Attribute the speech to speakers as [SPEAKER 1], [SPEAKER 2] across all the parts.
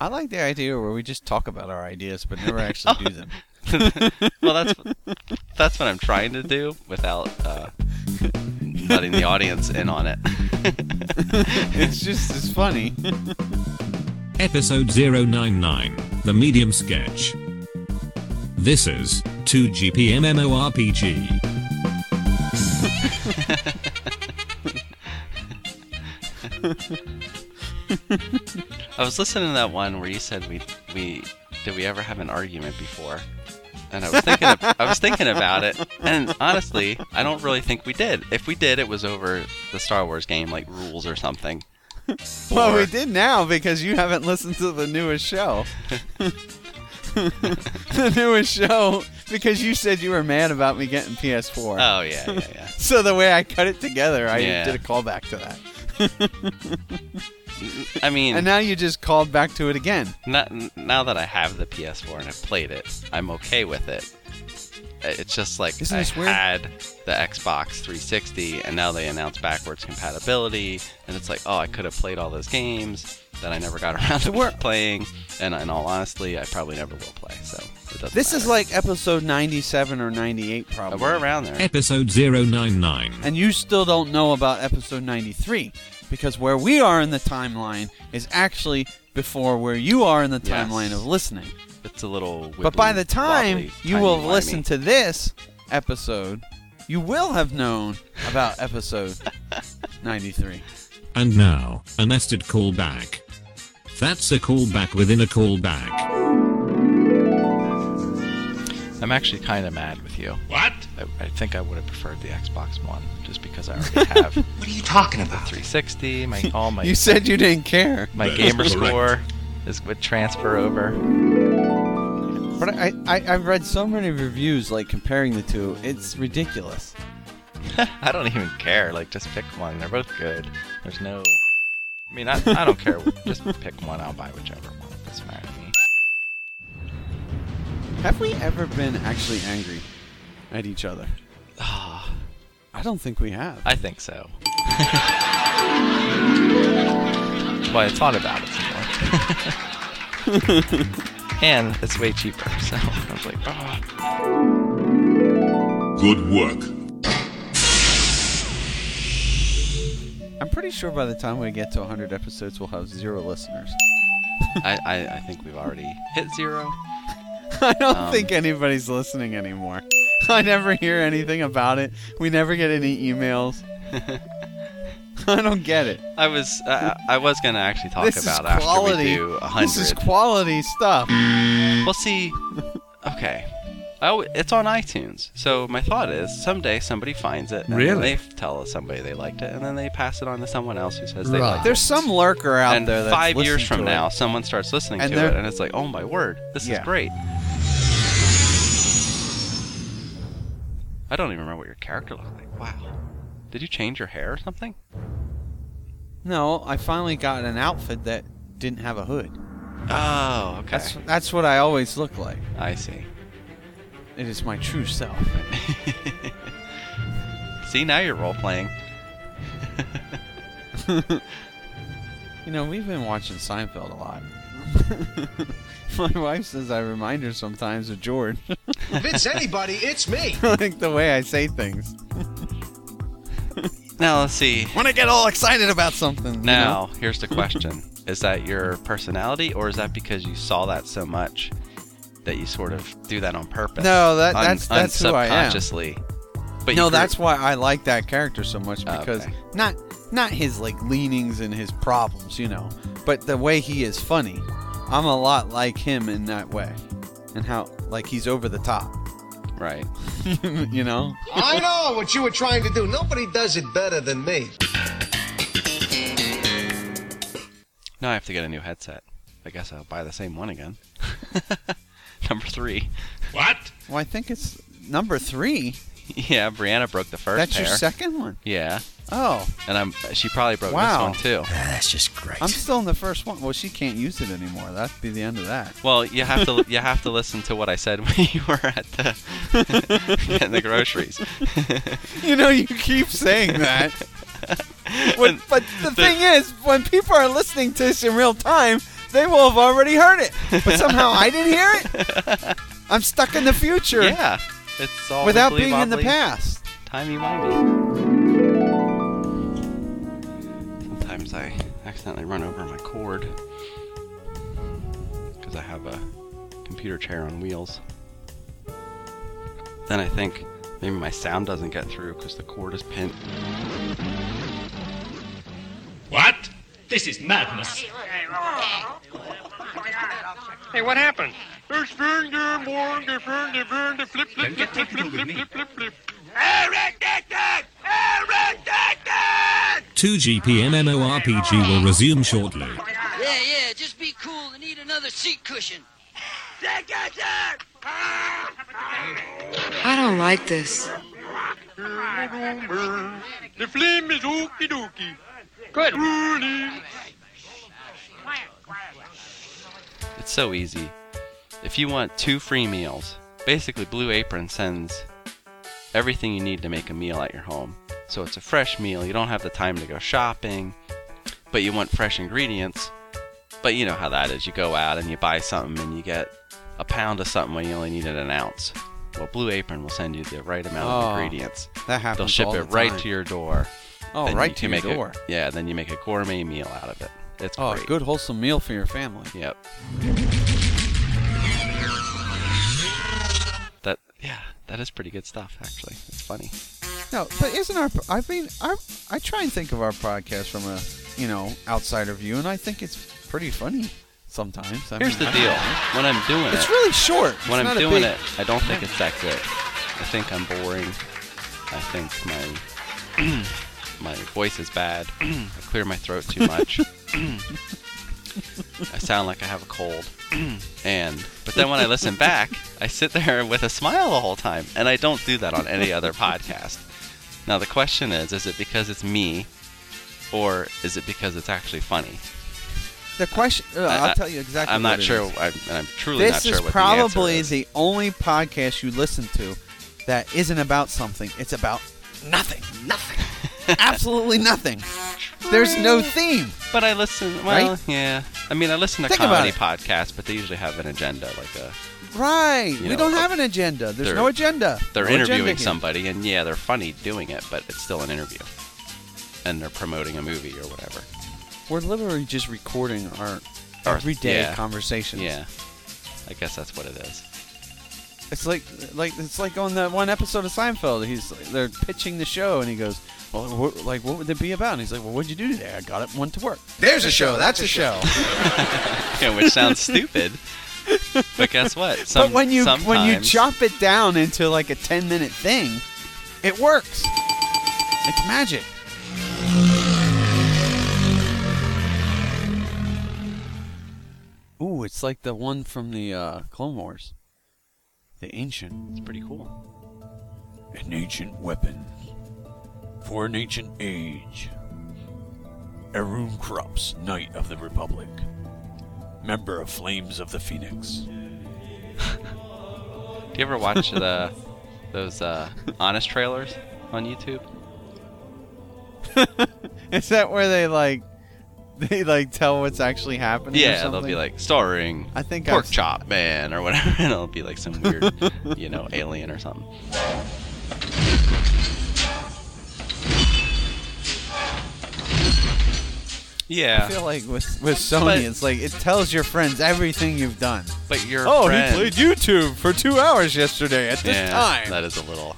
[SPEAKER 1] I like the idea where we just talk about our ideas but never actually do them.
[SPEAKER 2] well, that's that's what I'm trying to do without uh, letting the audience in on it.
[SPEAKER 1] It's just as funny.
[SPEAKER 3] Episode 099 The Medium Sketch. This is 2GPMMORPG.
[SPEAKER 2] I was listening to that one where you said we we did we ever have an argument before, and I was thinking ab- I was thinking about it, and honestly, I don't really think we did. If we did, it was over the Star Wars game, like rules or something.
[SPEAKER 1] Well,
[SPEAKER 2] Or-
[SPEAKER 1] we did now because you haven't listened to the newest show. the newest show because you said you were mad about me getting PS4.
[SPEAKER 2] Oh yeah, yeah, yeah.
[SPEAKER 1] So the way I cut it together, I
[SPEAKER 2] Yeah.
[SPEAKER 1] did a callback to that.
[SPEAKER 2] I mean,
[SPEAKER 1] And now you just called back to it again.
[SPEAKER 2] Not, now that I have the PS4 and I've played it, I'm okay with it. It's just like
[SPEAKER 1] Isn't
[SPEAKER 2] I
[SPEAKER 1] this weird?
[SPEAKER 2] had the Xbox 360, and now they announced backwards compatibility, and it's like, oh, I could have played all those games that I never got around to
[SPEAKER 1] we're-
[SPEAKER 2] playing, and in all honesty, I probably never will play. So it doesn't
[SPEAKER 1] This is
[SPEAKER 2] matter.
[SPEAKER 1] like episode 97 or 98, probably.
[SPEAKER 2] we're around there.
[SPEAKER 3] Episode 099.
[SPEAKER 1] And you still don't know about episode 93 because where we are in the timeline is actually before where you are in the
[SPEAKER 2] Yes.
[SPEAKER 1] timeline of listening.
[SPEAKER 2] It's a little.
[SPEAKER 1] but by
[SPEAKER 2] wibbly,
[SPEAKER 1] the time
[SPEAKER 2] wobbly,
[SPEAKER 1] you will have
[SPEAKER 2] timey-wimey.
[SPEAKER 1] listened to this episode, you will have known about episode 93.
[SPEAKER 3] And now, a nested callback. That's a callback within a callback.
[SPEAKER 4] I'm actually kind of mad with you.
[SPEAKER 5] What?
[SPEAKER 4] I, I think I would have preferred the Xbox One just because I already have the
[SPEAKER 5] What are you talking about?
[SPEAKER 4] 360. My
[SPEAKER 2] Oh
[SPEAKER 4] all my
[SPEAKER 1] You said you didn't care.
[SPEAKER 4] my
[SPEAKER 5] That is
[SPEAKER 4] gamer
[SPEAKER 5] correct.
[SPEAKER 4] score is would transfer over.
[SPEAKER 1] But I, I, I've read so many reviews like comparing the two, it's ridiculous.
[SPEAKER 4] I don't even care. Like just pick one. They're both good. There's no. I mean, I, I don't care. Just pick one. I'll buy whichever one. Doesn't matter to me.
[SPEAKER 1] Have we ever been actually angry at each other?
[SPEAKER 2] Ah.
[SPEAKER 1] I don't think we have.
[SPEAKER 4] I think so. well, I thought about it some more. and it's way cheaper. So I was like, oh.
[SPEAKER 5] Good work.
[SPEAKER 1] I'm pretty sure by the time we get to 100 episodes, we'll have zero listeners.
[SPEAKER 2] I, I, I think we've already hit zero.
[SPEAKER 1] I don't
[SPEAKER 2] Um,
[SPEAKER 1] think anybody's listening anymore. I never hear anything about it. We never get any emails. I don't get it.
[SPEAKER 2] I was I I was gonna actually talk
[SPEAKER 1] this
[SPEAKER 2] about
[SPEAKER 1] is
[SPEAKER 2] after
[SPEAKER 1] quality.
[SPEAKER 2] we do a hundred.
[SPEAKER 1] This is quality stuff.
[SPEAKER 2] Well, see, okay. Oh, it's on iTunes. So my thought is, someday somebody finds it, and then
[SPEAKER 6] Really?
[SPEAKER 2] they f- tell somebody they liked it, and then they pass it on to someone else who says they
[SPEAKER 6] Right.
[SPEAKER 2] liked it.
[SPEAKER 1] There's some lurker out
[SPEAKER 2] and
[SPEAKER 1] there that's
[SPEAKER 2] five years
[SPEAKER 1] listening
[SPEAKER 2] from
[SPEAKER 1] to
[SPEAKER 2] now,
[SPEAKER 1] it.
[SPEAKER 2] someone starts listening
[SPEAKER 1] And
[SPEAKER 2] to it,
[SPEAKER 1] they're-
[SPEAKER 2] and it's like, oh my word, this
[SPEAKER 1] Yeah.
[SPEAKER 2] is great. I don't even remember what your character looked like. Wow. Did you change your hair or something?
[SPEAKER 1] No, I finally got an outfit that didn't have a hood.
[SPEAKER 2] Oh, okay.
[SPEAKER 1] That's that's what I always look like.
[SPEAKER 2] I see.
[SPEAKER 1] It is my true self.
[SPEAKER 2] See, now you're role playing.
[SPEAKER 1] You know, we've been watching Seinfeld a lot. my wife says I remind her sometimes of George,
[SPEAKER 7] If it's anybody, it's me.
[SPEAKER 1] like the way I say things.
[SPEAKER 2] Now let's see.
[SPEAKER 1] When I get all excited about something. you know?
[SPEAKER 2] Now, here's the question. Is that your personality or is that because you saw that so much that you sort of do that on purpose?
[SPEAKER 1] No, that- that's-
[SPEAKER 2] Un-
[SPEAKER 1] that's who I am.
[SPEAKER 2] unsubconsciously. But
[SPEAKER 1] no,
[SPEAKER 2] you grew-
[SPEAKER 1] that's why I like that character so much
[SPEAKER 2] Oh,
[SPEAKER 1] because
[SPEAKER 2] okay.
[SPEAKER 1] not not his like leanings and his problems, you know, but the way he is funny. I'm a lot like him in that way, and how like he's over the top,
[SPEAKER 2] right.
[SPEAKER 1] you know.
[SPEAKER 7] I know what you were trying to do. Nobody does it better than me.
[SPEAKER 2] Now I have to get a new headset. I guess I'll buy the same one again. Number three.
[SPEAKER 5] What?
[SPEAKER 1] Well, I think it's number three.
[SPEAKER 2] Yeah, Brianna broke the first
[SPEAKER 1] That's
[SPEAKER 2] pair.
[SPEAKER 1] your second one.
[SPEAKER 2] Yeah,
[SPEAKER 1] Oh,
[SPEAKER 2] and I'm she probably broke
[SPEAKER 1] Wow.
[SPEAKER 2] this one too.
[SPEAKER 7] Ah, That's just great.
[SPEAKER 1] I'm still in the first one. Well, she can't use it anymore. That'd be the end of that.
[SPEAKER 2] Well, you have to you have to listen to what I said when you were at the getting the groceries.
[SPEAKER 1] You know, you keep saying that. When,
[SPEAKER 2] And
[SPEAKER 1] but the thing is, when people are listening to this in real time, they will have already heard it. But somehow I didn't hear it. I'm stuck in the future
[SPEAKER 2] Yeah. It's all
[SPEAKER 1] without
[SPEAKER 2] wibbly
[SPEAKER 1] being in the
[SPEAKER 2] wobbly,
[SPEAKER 1] past.
[SPEAKER 2] Timey-wimey. Sometimes I accidentally run over my cord because I have a computer chair on wheels. Then I think maybe my sound doesn't get through because the cord is pinned.
[SPEAKER 5] What? This is madness.
[SPEAKER 6] Hey, what happened?
[SPEAKER 5] Don't get technical with me.
[SPEAKER 3] 2GPMMORPG will resume shortly.
[SPEAKER 8] Yeah, yeah, just be cool and eat another seat cushion.
[SPEAKER 9] I don't like this.
[SPEAKER 6] Good.
[SPEAKER 2] It's so easy. If you want two free meals, basically Blue Apron sends everything you need to make a meal at your home. So it's a fresh meal. You don't have the time to go shopping, but you want fresh ingredients. But you know how that is. You go out and you buy something and you get a pound of something when you only needed an ounce. Well, Blue Apron will send you the right amount
[SPEAKER 1] Oh,
[SPEAKER 2] of ingredients.
[SPEAKER 1] That happens.
[SPEAKER 2] They'll ship
[SPEAKER 1] all
[SPEAKER 2] it
[SPEAKER 1] the
[SPEAKER 2] right
[SPEAKER 1] time.
[SPEAKER 2] to your door.
[SPEAKER 1] oh,
[SPEAKER 2] Then
[SPEAKER 1] right
[SPEAKER 2] you
[SPEAKER 1] to your
[SPEAKER 2] make a-
[SPEAKER 1] door.
[SPEAKER 2] yeah, then you make a gourmet meal out of it. It's
[SPEAKER 1] Oh,
[SPEAKER 2] great.
[SPEAKER 1] good wholesome meal for your family.
[SPEAKER 2] Yep. That yeah, that is pretty good stuff actually. It's funny.
[SPEAKER 1] No, but isn't our? I mean, I I try and think of our podcast from a you know outsider view, and I think it's pretty funny sometimes. I
[SPEAKER 2] Here's the
[SPEAKER 1] mean,
[SPEAKER 2] deal. When I'm doing
[SPEAKER 1] It's
[SPEAKER 2] it,
[SPEAKER 1] really short.
[SPEAKER 2] when
[SPEAKER 1] It's
[SPEAKER 2] I'm
[SPEAKER 1] not a
[SPEAKER 2] doing
[SPEAKER 1] big-
[SPEAKER 2] it, I don't think it's that good. I think I'm boring. I think my my voice is bad. I clear my throat too much. I sound like I have a cold. and but then when I listen back, I sit there with a smile the whole time, and I don't do that on any other podcast. Now the question is, is it because it's me, or is it because it's actually funny?
[SPEAKER 1] the question. Uh,
[SPEAKER 2] I-
[SPEAKER 1] I'll
[SPEAKER 2] I-
[SPEAKER 1] tell you exactly.
[SPEAKER 2] I'm
[SPEAKER 1] what
[SPEAKER 2] not
[SPEAKER 1] it
[SPEAKER 2] sure.
[SPEAKER 1] is.
[SPEAKER 2] I'm, I'm truly not
[SPEAKER 1] This
[SPEAKER 2] sure
[SPEAKER 1] is
[SPEAKER 2] what the,
[SPEAKER 1] probably
[SPEAKER 2] answer is.
[SPEAKER 1] the only podcast you listen to that isn't about something. It's about nothing. Nothing. Absolutely nothing. There's no theme.
[SPEAKER 2] But I listen. Well,
[SPEAKER 1] Right?
[SPEAKER 2] yeah. I mean, I listen to
[SPEAKER 1] Think about
[SPEAKER 2] comedy
[SPEAKER 1] it.
[SPEAKER 2] podcasts, but they usually have an agenda. Like a,
[SPEAKER 1] Right.
[SPEAKER 2] You
[SPEAKER 1] we
[SPEAKER 2] know,
[SPEAKER 1] don't
[SPEAKER 2] uh,
[SPEAKER 1] have an agenda. There's
[SPEAKER 2] they're-
[SPEAKER 1] no agenda.
[SPEAKER 2] they're
[SPEAKER 1] No agenda
[SPEAKER 2] interviewing
[SPEAKER 1] here.
[SPEAKER 2] somebody, and yeah, they're funny doing it, but it's still an interview, and they're promoting a movie or whatever.
[SPEAKER 1] We're literally just recording our
[SPEAKER 2] Our-
[SPEAKER 1] everyday
[SPEAKER 2] yeah.
[SPEAKER 1] conversations.
[SPEAKER 2] Yeah. I guess that's what it is.
[SPEAKER 1] It's like like it's like on that one episode of Seinfeld. He's they're pitching the show and he goes, "Well, what, like what would it be about?" And he's like, "Well, what'd you do today? I got up and went to work." There's a show. That's a show.
[SPEAKER 2] Yeah, which sounds stupid. But guess what? Some,
[SPEAKER 1] but when you when you
[SPEAKER 2] sometimes-
[SPEAKER 1] chop it down into like a 10 minute thing, it works. It's magic. Ooh, it's like the one from the uh, Clone Wars, the ancient.
[SPEAKER 2] it's pretty cool.
[SPEAKER 1] An ancient weapon for an ancient age.
[SPEAKER 10] Arun Krups, Knight of the Republic, member of Flames of the Phoenix.
[SPEAKER 2] Do you ever watch the those uh, honest trailers on YouTube?
[SPEAKER 1] Is that where they like they like tell what's actually happening? or
[SPEAKER 2] Yeah, they'll
[SPEAKER 1] something?
[SPEAKER 2] be like starring
[SPEAKER 1] I think
[SPEAKER 2] pork
[SPEAKER 1] I've-
[SPEAKER 2] chop man or whatever, and it'll be like some weird, you know, alien or something.
[SPEAKER 1] I
[SPEAKER 2] Yeah,
[SPEAKER 1] feel like with with Sony,
[SPEAKER 2] But-
[SPEAKER 1] it's like it tells your friends everything you've done.
[SPEAKER 2] but your
[SPEAKER 1] oh,
[SPEAKER 2] friend,
[SPEAKER 1] he played YouTube for two hours yesterday at this
[SPEAKER 2] yeah,
[SPEAKER 1] time,
[SPEAKER 2] That is a little.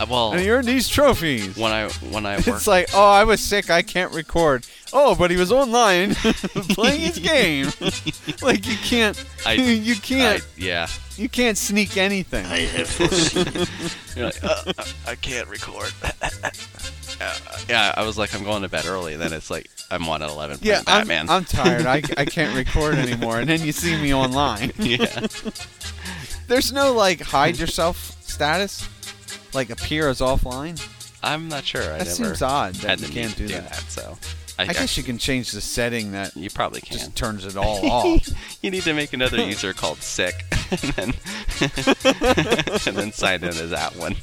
[SPEAKER 2] Uh, well,
[SPEAKER 1] and he earned these trophies.
[SPEAKER 2] when I when I worked
[SPEAKER 1] It's like, oh, I was sick, I can't record. Oh, but he was online playing his game. like you can't,
[SPEAKER 2] I-
[SPEAKER 1] you
[SPEAKER 2] I,
[SPEAKER 1] can't,
[SPEAKER 2] yeah,
[SPEAKER 1] you can't sneak anything.
[SPEAKER 2] You're like, uh, uh, I can't record. Uh, yeah, I was like, I'm going to bed early. Then it's like, I'm on at 11
[SPEAKER 1] yeah,
[SPEAKER 2] playing
[SPEAKER 1] I'm,
[SPEAKER 2] Batman.
[SPEAKER 1] I'm tired. I, I can't record anymore. And then you see me online.
[SPEAKER 2] yeah,
[SPEAKER 1] There's no like hide yourself status, like appear as offline.
[SPEAKER 2] I'm not sure. I
[SPEAKER 1] That
[SPEAKER 2] never
[SPEAKER 1] seems odd
[SPEAKER 2] had
[SPEAKER 1] that you
[SPEAKER 2] the
[SPEAKER 1] can't
[SPEAKER 2] need to
[SPEAKER 1] do that.
[SPEAKER 2] So
[SPEAKER 1] I guess you can change the setting that
[SPEAKER 2] you probably can.
[SPEAKER 1] just turns it all off.
[SPEAKER 2] you need to make another user called sick, and then and then sign in as that one.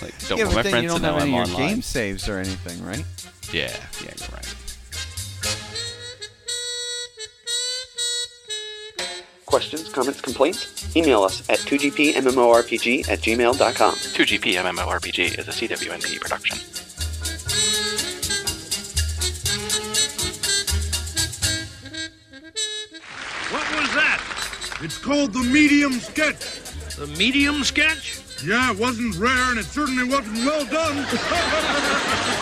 [SPEAKER 2] Like, don't
[SPEAKER 1] yeah,
[SPEAKER 2] want my
[SPEAKER 1] but then you
[SPEAKER 2] friends to
[SPEAKER 1] don't
[SPEAKER 2] know
[SPEAKER 1] have any
[SPEAKER 2] I'm
[SPEAKER 1] of your
[SPEAKER 2] online.
[SPEAKER 1] game saves or anything, right?
[SPEAKER 2] Yeah, yeah, you're right.
[SPEAKER 9] questions, comments, complaints, email us at 2gpmmorpg at gmail.com.
[SPEAKER 11] 2GP MMORPG is a CWNP production.
[SPEAKER 12] What was that?
[SPEAKER 5] It's called the medium sketch.
[SPEAKER 12] The medium sketch?
[SPEAKER 5] Yeah, it wasn't rare and it certainly wasn't well done.